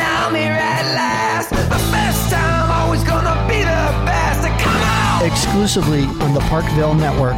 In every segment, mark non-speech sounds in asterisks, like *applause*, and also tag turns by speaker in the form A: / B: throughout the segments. A: I'm here at last. The best time, always gonna be the best. Come on!
B: Exclusively on the Parkville Network.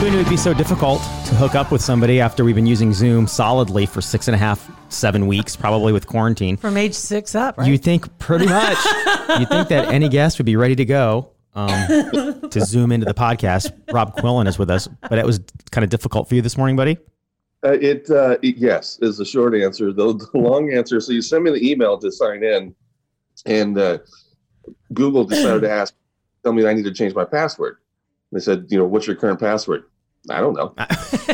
C: Who knew it'd be so difficult to hook up with somebody after we've been using Zoom solidly for six and a half, seven weeks, probably with quarantine?
D: from age six up, right?
C: You think pretty much, you think that any guest would be ready to go um, to Zoom into the podcast. Rob Quillen is with us, but it was kind of difficult for you this morning, buddy.
E: Uh, it, uh, it- yes is the short answer. The, the long answer. So you send me the email to sign in, and uh, Google decided to ask, tell me I need to change my password. They said, you know, what's your current password? I don't know.
C: Thanks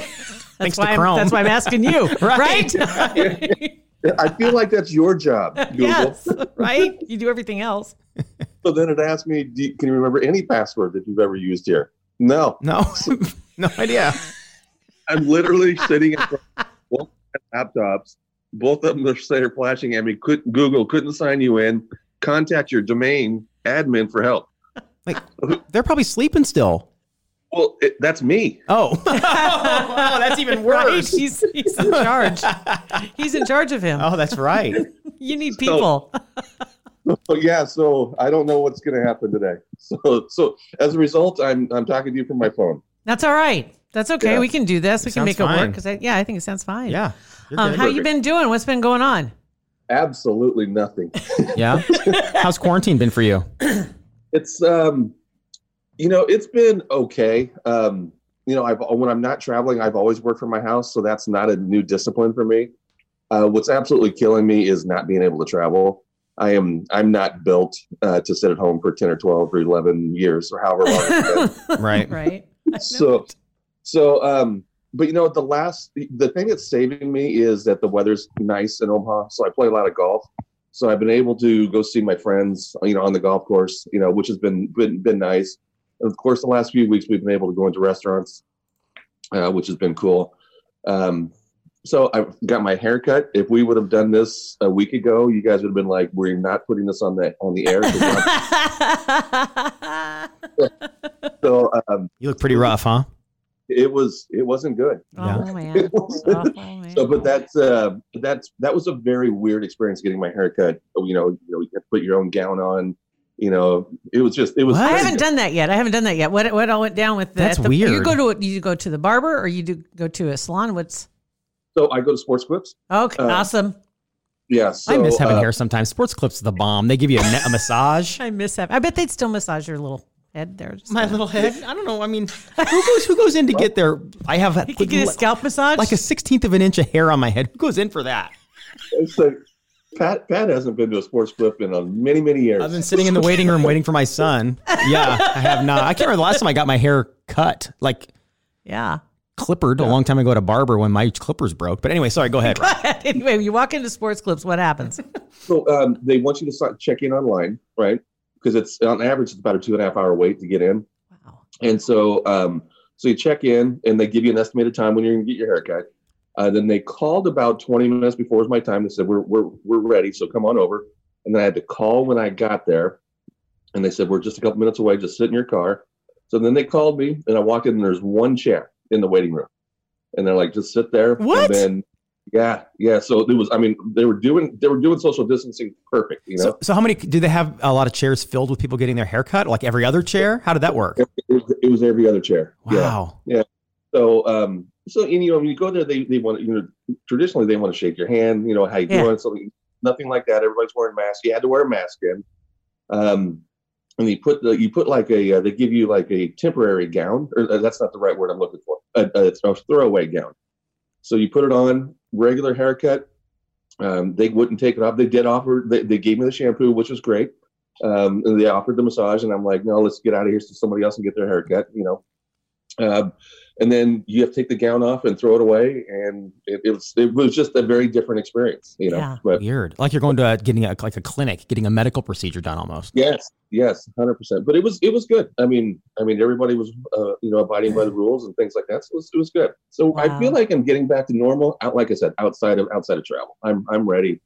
D: that's
C: to
D: why, I'm,
C: Chrome.
D: that's why I'm
C: *laughs*
D: asking you,
C: Right.
D: right?
E: I feel like that's your job, Google.
D: yes, right. You do everything else.
E: So then it asked me, Do you, can you remember any password that you've ever used here? No,
C: No, *laughs* no idea.
E: I'm literally sitting in front of both laptops. Both of them are saying flashing at me. Could, Google couldn't sign you in. Contact your domain admin for help.
C: They're probably sleeping still.
E: Well, it, that's me.
C: *laughs* *laughs* Oh, wow, that's even
D: *laughs* Right?
C: worse.
D: He's he's in charge. He's in charge of him.
C: Oh, that's right.
D: You need people.
E: So yeah, so I don't know what's going to happen today. *laughs* So, so as a result, I'm I'm talking to you from my phone.
D: That's all right. That's okay.
E: Yeah.
D: We can do this. We can
C: Sounds
D: make it work.
C: fine.
D: Because I, yeah, I think it sounds fine.
C: Yeah. You're
D: Um,
C: good.
D: how you been doing? What's been going on?
E: Absolutely nothing.
C: yeah. How's quarantine been for you?
E: It's um, you know, it's been okay. Um, you know, I've when I'm not traveling, I've always worked from my house, so that's not a new discipline for me. Uh, what's absolutely killing me is not being able to travel. I am I'm not built uh, to sit at home for ten or twelve or eleven years or however long. It's been.
C: Right.
D: Right.
E: *laughs* so so um but you know the last the thing that's saving me is that the weather's nice in omaha so i play a lot of golf so i've been able to go see my friends you know on the golf course you know which has been been, been nice and of course the last few weeks we've been able to go into restaurants uh, which has been cool um so i got my haircut if we would have done this a week ago you guys would have been like we're not putting this on the on the air so um
C: You look pretty rough, huh?
E: it was it wasn't good
D: Oh man. *laughs* Oh, man.
E: So, but that's uh, that's that was a very weird experience getting my haircut. Oh, You know, you know, you have to put your own gown on. You know, it was just it was.
D: I haven't done that yet. I haven't done that yet. What what all went down with the,
C: That's
D: at the- You
C: weird.
D: go to a, you go to the barber or you do go to a salon? What's
E: So I go to Sports Clips.
D: okay?
E: Uh,
D: awesome.
E: Yeah, so,
C: I miss having
E: uh,
C: hair sometimes. Sports clips is the bomb. They give you a, ne- a massage.
D: I miss that. I bet they'd still massage your little head there. Just-
C: *laughs* My little head. I don't know. I mean, who goes who goes in *laughs* to get their? I have
D: you could get a scalp massage.
C: like a sixteenth of an inch of hair on my head. Who goes in for that?
E: so Pat Pat hasn't been to a Sports Clip in uh, many many years.
C: I've been sitting in the waiting room waiting for my son. Yeah, I have not. I can't remember the last time I got my hair cut, like
D: yeah. *laughs*
C: clippered, a long time ago at a barber when my clippers broke. But anyway, sorry. Go ahead. Rob.
D: anyway, you walk into sports clips. What *laughs* happens?
E: so um, they want you to sign, check in online, right? Because it's on average it's about a two and a half hour wait to get in.
D: wow.
E: And so, um, so you check in, and they give you an estimated time when you're going to get your haircut. Uh, then they called about 20 minutes before was my time. They said we're we're we're ready, so come on over. And then I had to call when I got there, and they said we're just a couple minutes away. Just sit in your car. So then they called me, and I walked in, and there's one chair in the waiting room, and they're like, just sit there.
D: What?
E: And then, yeah, yeah. So it was. I mean, they were doing they were doing social distancing perfect. You know,
C: So, so how many do they have? A lot of chairs filled with people getting their hair cut, like every other chair. How did that work?
E: it, was- it was every other chair. Yeah.
C: Wow.
E: So, um, so and, you know, when you go there, they, they want you know traditionally they want to shake your hand, you know, how you
D: Yeah.
E: doing, something, nothing like that. Everybody's wearing masks. You had to wear a mask in, um, and you put the you put like a uh, they give you like a temporary gown, or uh, that's not the right word I'm looking for. A, a, a throwaway gown. So you put it on, regular haircut. Um, they wouldn't take it off. They did offer. They, they gave me the shampoo, which was great. Um, and they offered the massage, and I'm like, no, let's get out of here so somebody else can get their haircut, you know. Uh, and then you have to take the gown off and throw it away, and it, it was it was just a very different experience, you know.
D: Yeah.
E: But
C: Weird. Like you're going to uh, getting a, like a clinic, getting a medical procedure done almost.
E: yes, yes, hundred percent. But it was it was good. I mean, I mean, everybody was uh, you know abiding by the rules and things like that. So it was, it was good. So I
D: Wow.
E: feel like I'm getting back to normal. Out like I said, outside of outside of travel, I'm I'm ready.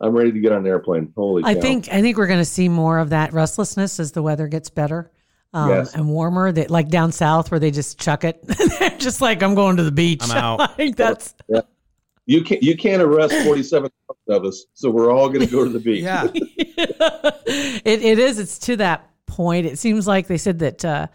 E: I'm ready to get on an airplane. Holy,
D: I
E: cow.
D: think I think we're going to see more of that restlessness as the weather gets better um,
E: Yes.
D: and warmer. That like down south where they just chuck it, *laughs* They're just like I'm going to the beach.
C: I'm out.
D: *laughs* like that's
E: you can't you can't arrest
D: *laughs*
E: forty seven of us. So we're all going to go to the beach.
D: it, it is. It's to that point. It seems like they said that uh,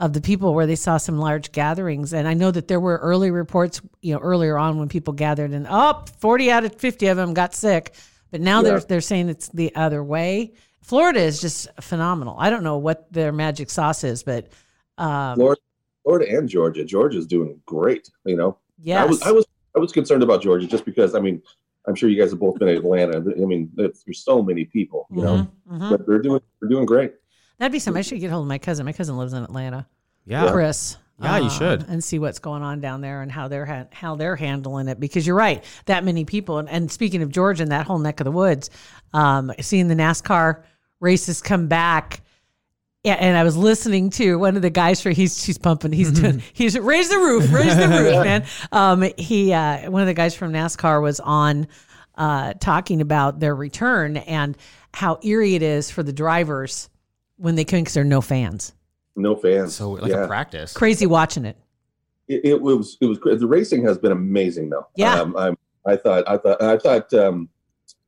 D: of the people where they saw some large gatherings, and I know that there were early reports, you know, earlier on when people gathered, and up oh, 40 out of fifty of them got sick. But now they're they're saying it's the other way. Florida is just phenomenal. I don't know what their magic sauce is, but um,
E: Florida, Florida and Georgia. Georgia's doing great. You know,
D: yes,
E: I was I was I was concerned about Georgia just because I mean I'm sure you guys have both been in Atlanta. I mean it's, there's so many people, you know,
D: Mhm, mhm.
E: but they're doing they're doing great.
D: that'd be something. I should get hold of my cousin. My cousin lives in Atlanta.
C: Yeah. Uh,
D: Chris. um,
C: Yeah, you should.
D: and see what's going on down there and how they're ha- how they're handling it because you're right that many people and, and speaking of Georgia and that whole neck of the woods, um, seeing the NASCAR races come back. Yeah, and I was listening to one of the guys for he's he's pumping
C: *laughs*
D: he's doing he's raise the roof raise the roof man. Um, he uh, one of the guys from NASCAR was on uh, talking about their return and how eerie it is for the drivers when they come because there are no fans.
E: No fans.
C: So like
E: yeah.
C: a practice.
D: Crazy watching it.
E: it, it was it was great. The racing has been amazing though.
D: Yeah.
E: Um, I'm, I thought I thought I thought um,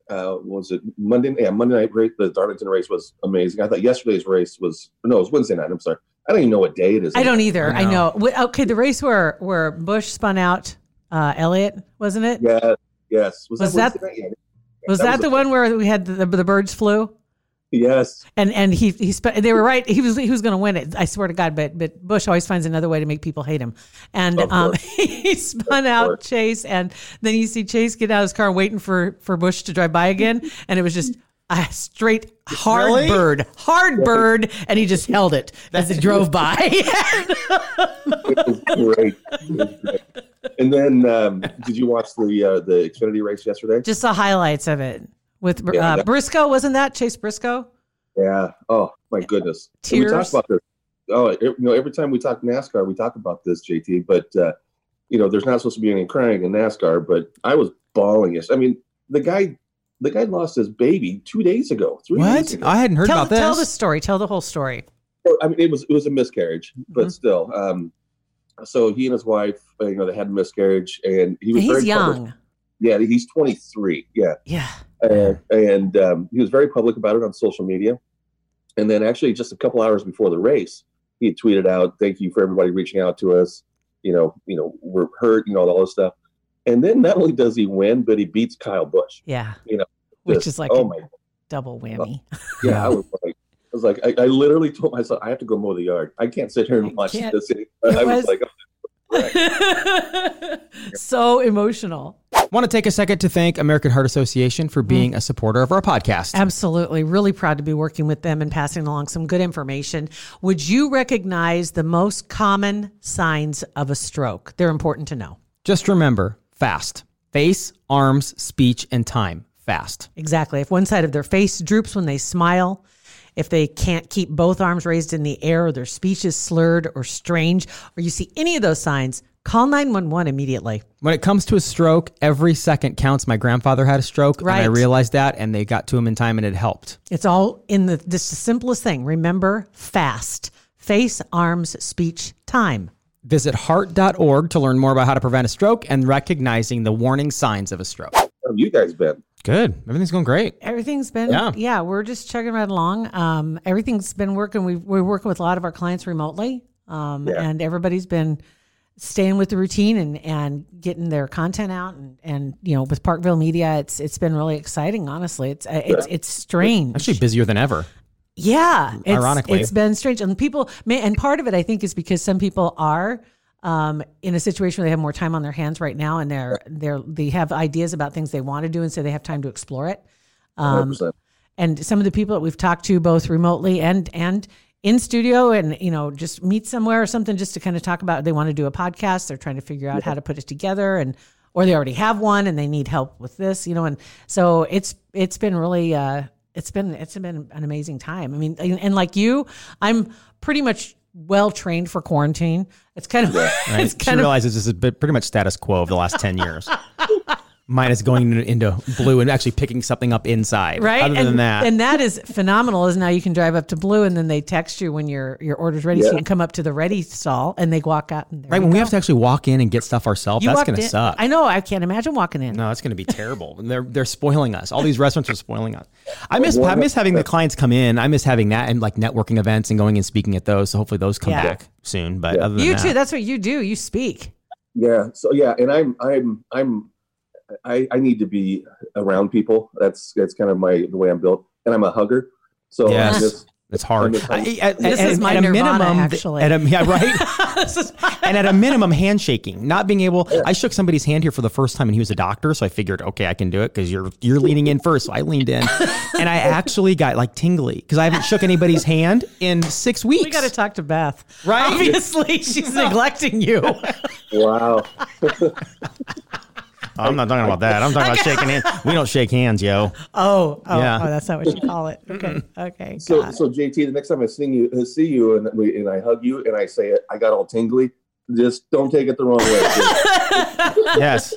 E: uh, what was it Monday? Yeah, Monday night race. The Darlington race was amazing. I thought yesterday's race was no, it was Wednesday night. I'm sorry. I don't even know what day it is.
D: I don't either. I
C: No.
D: know. Wh- Okay, the race where where Bush spun out uh, Elliot, wasn't it?
E: Yeah. Yes. Was,
D: Was
E: that,
D: that-
E: Wednesday night? Yeah.
D: Was that, the one where we had the, the birds flew?
E: Yes.
D: And and he he spent. They were right. He was he was going to win it. I swear to God. But but Bush always finds another way to make people hate him. And
E: Of
D: um, *laughs* he spun out Chase, and then you see Chase get out of his car waiting for for Bush to drive by again, *laughs* and it was just. A straight hard
C: Really?
D: bird, hard bird, and he just held it as it drove by. *laughs*
E: It was great. It was great. And then, um, did you watch the uh, the Xfinity race yesterday?
D: just the highlights of it with
E: Yeah,
D: uh,
E: that-
D: Briscoe, wasn't that Chase Briscoe?
E: yeah. Oh my goodness. And We talk
D: Tears.
E: about this. Oh, it- you know, every time we talk NASCAR, we talk about this, JT. But uh, you know, there's not supposed to be any crying in NASCAR. But I was bawling. Yes, I mean, the guy, the guy lost his baby two days ago. Three days
C: What?
E: ago.
C: I hadn't heard
D: Tell,
C: about this.
D: tell the story. Tell the whole story.
E: Well, I mean, it was it was a miscarriage, but
D: Mhm.
E: still. Um, so he and his wife, uh, you know, they had a miscarriage, and he was
D: He's
E: very public.
D: young.
E: Yeah, he's 23. Yeah.
D: Yeah.
E: and, and um, he was very public about it on social media. And then, actually, just a couple hours before the race, he had tweeted out, "Thank you for everybody reaching out to us. You know, you know, we're hurt. You know, all this stuff." And then, not only does he win, but he beats Kyle Busch.
D: Yeah.
E: You know,
D: Which
E: Just-
D: is like
E: oh
D: a
E: my,
D: double whammy.
E: yeah. I was like, I was like, I, I literally told myself, I have to go mow the yard. I can't sit here
D: I
E: and watch
D: can't.
E: this. Any-. I
D: It was-
E: was, like,
D: *laughs* so emotional.
C: Want to take a second to thank American Heart Association for being a supporter of our podcast.
D: Absolutely. Really proud to be working with them and passing along some good information. Would you recognize the most common signs of a stroke? They're important to know.
C: Just remember fast. Face, arms, speech, and time. Fast.
D: Exactly. If one side of their face droops when they smile, if they can't keep both arms raised in the air, or their speech is slurred or strange, or you see any of those signs, call 911 immediately.
C: When it comes to a stroke, every second counts. My grandfather had a stroke, and I
D: Right.
C: realized that, and they got to him in time, and it helped.
D: It's all in the just the simplest thing. Remember fast. Face, arms, speech, time.
C: Visit heart.org to learn more about how to prevent a stroke and recognizing the warning signs of a stroke.
E: "How have you guys been?"
C: Good. Everything's going great.
D: Everything's been
C: Yeah.
D: yeah, we're just chugging right along. Um, everything's been working. We we're working with a lot of our clients remotely. Um,
E: Yeah.
D: and everybody's been staying with the routine and, and getting their content out and, and you know with Parkville Media it's it's been really exciting honestly it's uh, it's it's strange
C: Actually, busier than ever.
D: yeah, it's,
C: Ironically.
D: it's been strange, and people, may, and part of it, I think, is because some people are um, in a situation where they have more time on their hands right now, and they're they're they have ideas about things they want to do, and so they have time to explore it. Um,
E: 100%.
D: and some of the people that we've talked to, both remotely and and in studio and you know just meet somewhere or something just to kind of talk about they want to do a podcast they're trying to figure out how to put it together and or they already have one and they need help with this you know and so it's it's been really uh it's been it's been an amazing time i mean and, and like you i'm pretty much well trained for quarantine it's kind of
C: Right?
D: *laughs* it's
C: She
D: kind of
C: realizes this is bi- pretty much status quo of the last 10 years. *laughs* Minus going into- into blue and actually picking something up inside.
D: right?
C: Other
D: and,
C: than that,
D: and that is phenomenal. Is now you can drive up to Blue, and then they text you when your your order's ready, so you
E: Yeah.
D: can come up to the ready stall, and they walk out. And there
C: right
D: you
C: when we
D: go.
C: have to actually walk in and get stuff ourselves,
D: You
C: that's
D: walked
C: going to
D: in-
C: suck.
D: I know. I can't imagine walking in.
C: No, that's going to be terrible. And they're they're spoiling us. All these restaurants are spoiling us. I miss I miss having the clients come in. I miss having that and like networking events and going and speaking at those. So hopefully those come
D: Yeah.
C: back soon. But
E: Yeah.
C: other than
D: You
C: that,
D: too. That's what you do. You speak.
E: Yeah. So yeah, and I'm I'm I'm I, I need to be around people. That's that's kind of my the way I'm built, and I'm a hugger. So I'm
C: Yes.
E: just-
C: it's hard.
E: This is
D: This is my nirvana, actually.
C: At a, yeah, right.
D: *laughs* This is-
C: and at a minimum, handshaking, not being able. I shook somebody's hand here for the first time, and he was a doctor, so I figured, okay, I can do it because you're you're leaning in first. So I leaned
D: *laughs*
C: in, and I actually got like tingly because I haven't shook anybody's hand in six weeks.
D: we got to talk to Beth.
C: Right? *laughs*
D: Obviously, she's neglecting you. *laughs*
E: wow.
C: I'm not talking about that. I'm talking about shaking hands. We don't shake hands,
D: *laughs*
C: yo.
D: Oh, oh,
C: Yeah.
D: oh, that's not what you call it.
C: *laughs*
D: Okay, okay.
E: So
D: got it.
E: so JT, the next time I see you, uh, see you, and we and I hug you, and I say it, I got all tingly. Just don't take it the wrong way. Just,
C: Yes.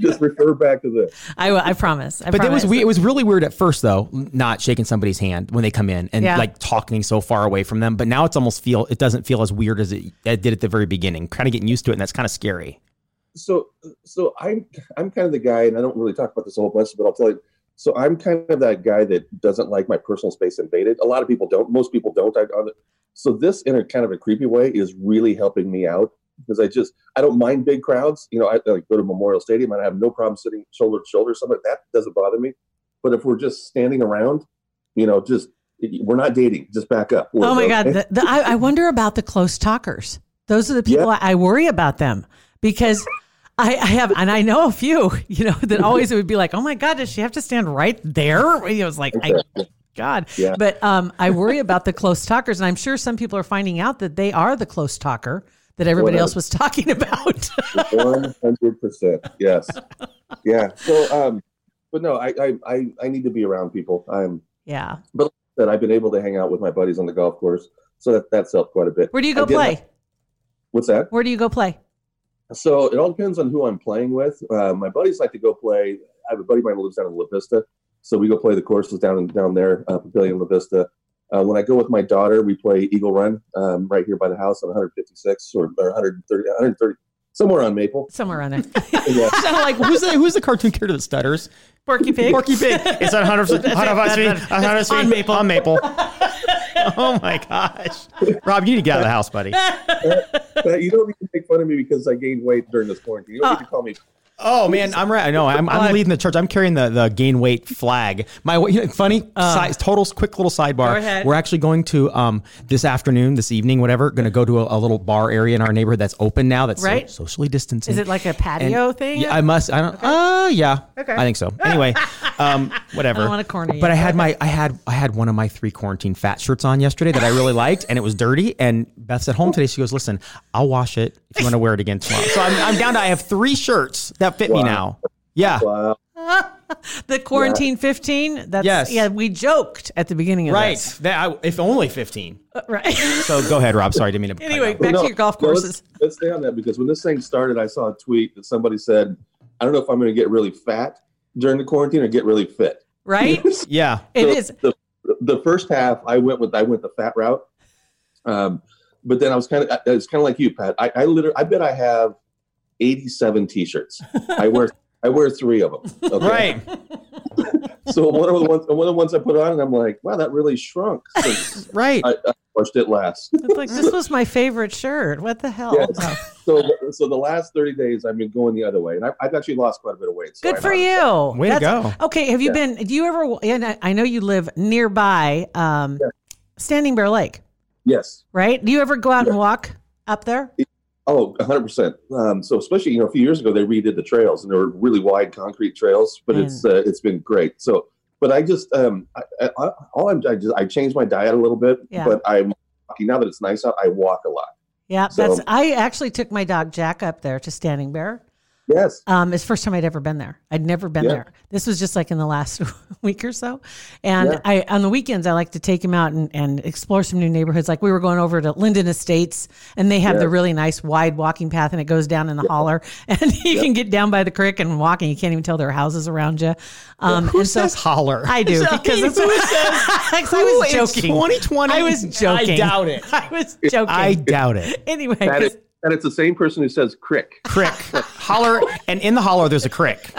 E: just refer back to this.
D: I, will- I promise. I
C: But that was
D: promise.
C: we, it was really weird at first though, not shaking somebody's hand when they come in and
D: Yeah.
C: like talking so far away from them. But now it's almost feel it doesn't feel as weird as it, it did at the very beginning. Kind of getting used to it, and that's kind of scary.
E: so so I'm I'm kind of the guy, and I don't really talk about this a whole bunch, but I'll tell you. So I'm kind of that guy that doesn't like my personal space invaded. A lot of people don't. Most people don't. I, I- so this, in a kind of a creepy way, is really helping me out because I just I don't mind big crowds. You know, I like, go to Memorial Stadium and I have no problem sitting shoulder to shoulder. with Someone that doesn't bother me. But if we're just standing around, you know, just we're not dating. Just back up.
D: Oh my
E: We're- *laughs*
D: God. The, the, I, I wonder about the close talkers. Those are the people I, I worry about them because I, I have, and I know a few, *laughs* you know, that always it would be like, oh my God, does she have to stand right there? It was like, I, God.
E: Yeah.
D: But um, I worry about the close talkers. And I'm sure some people are finding out that they are the close talker that everybody
E: Whatever.
D: else was *laughs* talking about.
E: One hundred percent. Yes. Yeah. So, um, but no, I, I, I, I need to be around people. I'm
D: yeah.
E: that I've been able to hang out with my buddies on the golf course, so that that's helped quite a bit.
D: Where do you
E: I
D: go
E: did
D: play?
E: not- what's that?
D: Where do you go play?
E: So it all depends on who I'm playing with. Uh, my buddies like to go play. I have a buddy of mine who lives down in La Vista, so we go play the courses down down there, uh, Pavilion La Vista. Uh, when I go with my daughter, we play Eagle Run um, right here by the house on 156 or, or 130, 130, somewhere on Maple.
D: Somewhere around there. *laughs*
E: Yeah.
C: Sound like who's the who's the cartoon character that stutters?
D: Porky *laughs* Pig.
C: Porky Pig. It's on hundred feet. On Maple. On Maple. *laughs* oh my gosh, Rob, you need to get out of the house, buddy.
E: But you don't need to make fun of me because I gained weight during this quarantine. You don't
D: Ah.
E: need to call me.
C: Oh man, I'm right. I know. I'm, I'm leading the church. I'm carrying the, the gain weight flag. My you know, funny side, total quick little sidebar.
D: Uh, Go ahead.
C: We're actually going to um this afternoon, this evening, whatever. Going to go to a, a little bar area in our neighborhood that's open now. That's so-
D: Right.
C: socially distancing.
D: Is it like a patio thing?
C: Yeah, I must. I don't. Uh, yeah. Okay. I think so. Anyway,
D: *laughs*
C: um, whatever.
D: I don't wanna corner you.
C: But I had my, I had, I had one of my three quarantine fat shirts on yesterday that I really liked, and it was dirty. And Beth's at home today. She goes, "Listen, I'll wash it if you want to wear it again tomorrow." So I'm, I'm down to I have three shirts that fit me
E: Wow.
C: now. Yeah.
E: Wow.
D: The quarantine 15. That's
C: Yes.
D: yeah, we joked at the beginning of
C: Right.
D: this.
C: That I, if only fifteen.
D: Right. *laughs*
C: So go ahead, Rob. Sorry, didn't mean to. cut
D: anyway,
C: you off.
D: back
E: No,
D: to your golf
E: no,
D: courses.
E: Let's, let's stay on that because when this thing started, I saw a tweet that somebody said, "I don't know if I'm going to get really fat during the quarantine or get really fit."
D: Right?
C: yeah.
D: It
E: So
D: is.
E: the, the first half. I went with I went the fat route, um, but then I was kind of it's kind of like you, Pat. I, I literally I bet I have eighty-seven t-shirts.
D: *laughs*
E: I wear I wear three of them. okay?
C: Right.
E: So one of the ones one of the ones I put on, and I'm like, wow, that really shrunk
D: *laughs*
E: since
C: Right.
E: I, I watched it last.
D: It's like this was my favorite shirt. What the hell?
E: Yes. So, so the last 30 days, I've been going the other way, and I've, I've actually lost quite a bit of weight. So
D: Good
E: I'm
D: for
E: not-
D: you.
C: Way to go.
D: Okay, have you been? Do you ever? And I, I know you live nearby, um, Standing Bear Lake,
E: Yes.
D: right? Do you ever go out and walk up there?
E: Oh, 100%. Um, so, especially, you know, a few years ago, they redid the trails, and they were really wide concrete trails, but it's uh, it's been great. So, but I just, um, I, I, all I'm, I just, I changed my diet a little bit,
D: Yeah.
E: but I'm walking. Now that it's nice out, I walk a lot.
D: Yeah,
E: So-
D: that's. I actually took my dog Jack up there to Standing Bear.
E: Yes.
D: Um, it's the first time I'd ever been there. I'd never been
E: Yeah.
D: there. This was just like in the last *laughs* week or so. And
E: Yeah.
D: I on the weekends I like to take him out and, and explore some new neighborhoods. Like we were going over to Linden Estates and they have the
E: Yeah.
D: really nice wide walking path and it goes down in the holler *laughs* and you can get down by the creek and walking. You can't even tell there are houses around you. Um
C: Who
D: and so
C: says holler?
D: *laughs* I do
C: *laughs* I
D: because
C: mean,
D: it's
C: who says?
D: *laughs* I
C: who
D: was
C: in
D: joking.
C: 2020?
D: I was
C: I
D: joking.
C: doubt it.
D: *laughs* I was joking.
C: I doubt it.
D: anyway,
E: That
D: 'cause-
E: is, and it's the same person who says crick.
C: Crick, holler, and in the holler there's a crick.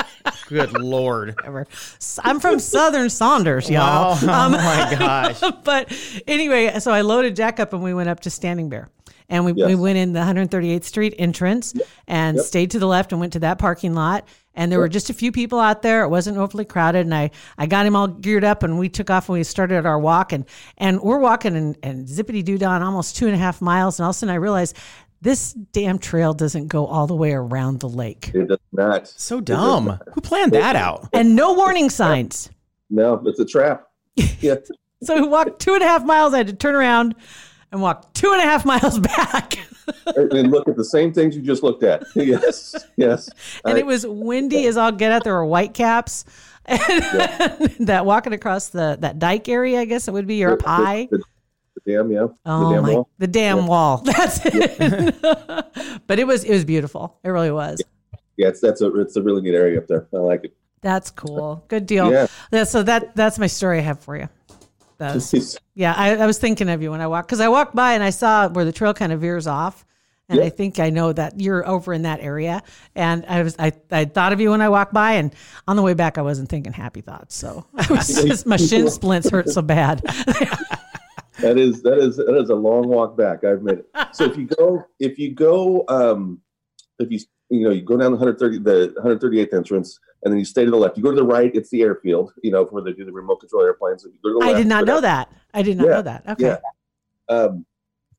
C: Good lord!
D: *laughs* whatever. S- I'm from Southern Saunders, y'all.
C: Wow. Oh my gosh.
D: *laughs* but anyway, so I loaded Jack up and we went up to Standing Bear. And we, we
E: Yes.
D: went in the 138th Street entrance and stayed to the left and went to that parking lot. And there were just a few people out there. It wasn't overly crowded. And I, I got him all geared up and we took off and we started our walk. And, and we're walking and, and zippity doo dah, almost two and a half miles. And all of a sudden I realized this damn trail doesn't go all the way around the lake.
E: It does not.
C: So dumb. Who planned that out?
D: And no warning signs.
E: No, it's a trap.
D: *laughs*
E: Yeah.
D: So we walked two and a half miles. I had to turn around and walk two and a half *laughs* miles back.
E: and and look at the same things you just looked at. *laughs* Yes. Yes.
D: and
E: I-
D: it was windy as all get out. There were white caps. And *laughs* that walking across the that dike area, I guess it would be, or up
E: the-
D: high.
E: The, *laughs* the dam, yeah.
D: oh
E: the dam
D: my,
E: wall.
D: the damn wall. *laughs* That's it. but it *laughs* was it was beautiful. It really was.
E: Yeah, it's that's a it's a really neat area up there. I like it.
D: That's cool. Good deal.
E: Yeah.
D: Yeah, so that that's my story I have for you. That
E: *laughs*
D: was- Yeah, I, I was thinking of you when I walked because I walked by and I saw where the trail kind of veers off, and I
E: Yeah.
D: think I know that you're over in that area. And I was I, I thought of you when I walked by, and on the way back I wasn't thinking happy thoughts, so *laughs* I was just my shin splints hurt so
E: *laughs*
D: bad.
E: that is that is that is a long walk back. I've made it. So if you
D: *laughs*
E: go if you go um if you you know you go down the 130 the 138th entrance and then you stay to the left. You go to the right, it's the airfield. You know where they do the remote control airplanes. If you go to the
D: I
E: left,
D: did not
E: whatever.
D: know that. I did not
E: Yeah,
D: know that. Okay.
E: yeah. Um,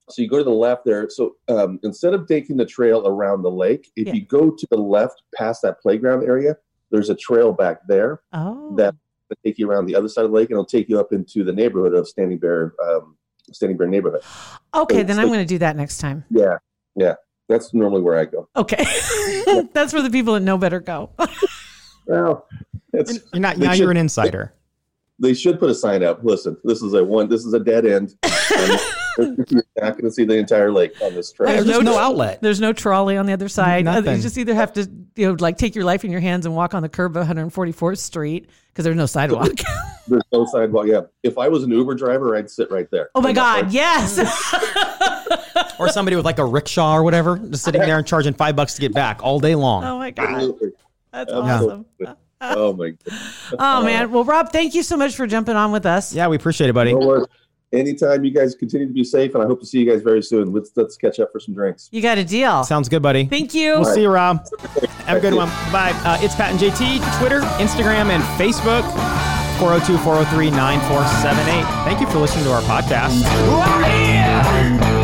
E: so you go to the left there. So um, instead of taking the trail around the lake, if
D: Yeah.
E: you go to the left past that playground area, there's a trail back there
D: Oh,
E: that will take you around the other side of the lake, and it'll take you up into the neighborhood of Standing Bear, um, Standing Bear neighborhood.
D: okay. Then
E: so-
D: I'm going to do that next time.
E: Yeah, yeah, that's normally where I go.
D: Okay, *laughs* that's where the people that know better go. *laughs*
E: Well, it's,
C: You're not.
E: They
C: Now
E: should-
C: you're an insider.
E: they should put a sign up. Listen, this is a one. This is a
D: *laughs*
E: dead end. and You're not going to see the entire lake on this trail.
C: There's no, outlet.
D: There's no trolley on the other side. Uh, You
C: Nothing.
D: just either have to, you know, like take your life in your hands and walk on the curb of 144th Street because there's no sidewalk.
E: There's no sidewalk. Yeah, if I was an Uber driver, I'd sit right there.
D: oh my
E: I'm not
D: God, yes.
C: Or somebody with like a rickshaw or whatever, just sitting there and charging five bucks to get back all day long.
D: oh my God,
E: Absolutely.
D: that's awesome.
E: Absolutely. Oh my god.
D: Oh man, well Rob, thank you so much for jumping on with us.
C: Yeah, we appreciate it, buddy.
E: No worries. Anytime you guys continue to be safe, and I hope to see you guys very soon. Let's let's catch up for some drinks.
D: You got a deal.
C: Sounds good, buddy.
D: Thank you.
C: We'll see you, Rob. Have a good one. Bye. Uh, it's Pat and JT, Twitter, Instagram, and Facebook. 402 403 9478. Thank you for listening to our podcast.
A: We're here.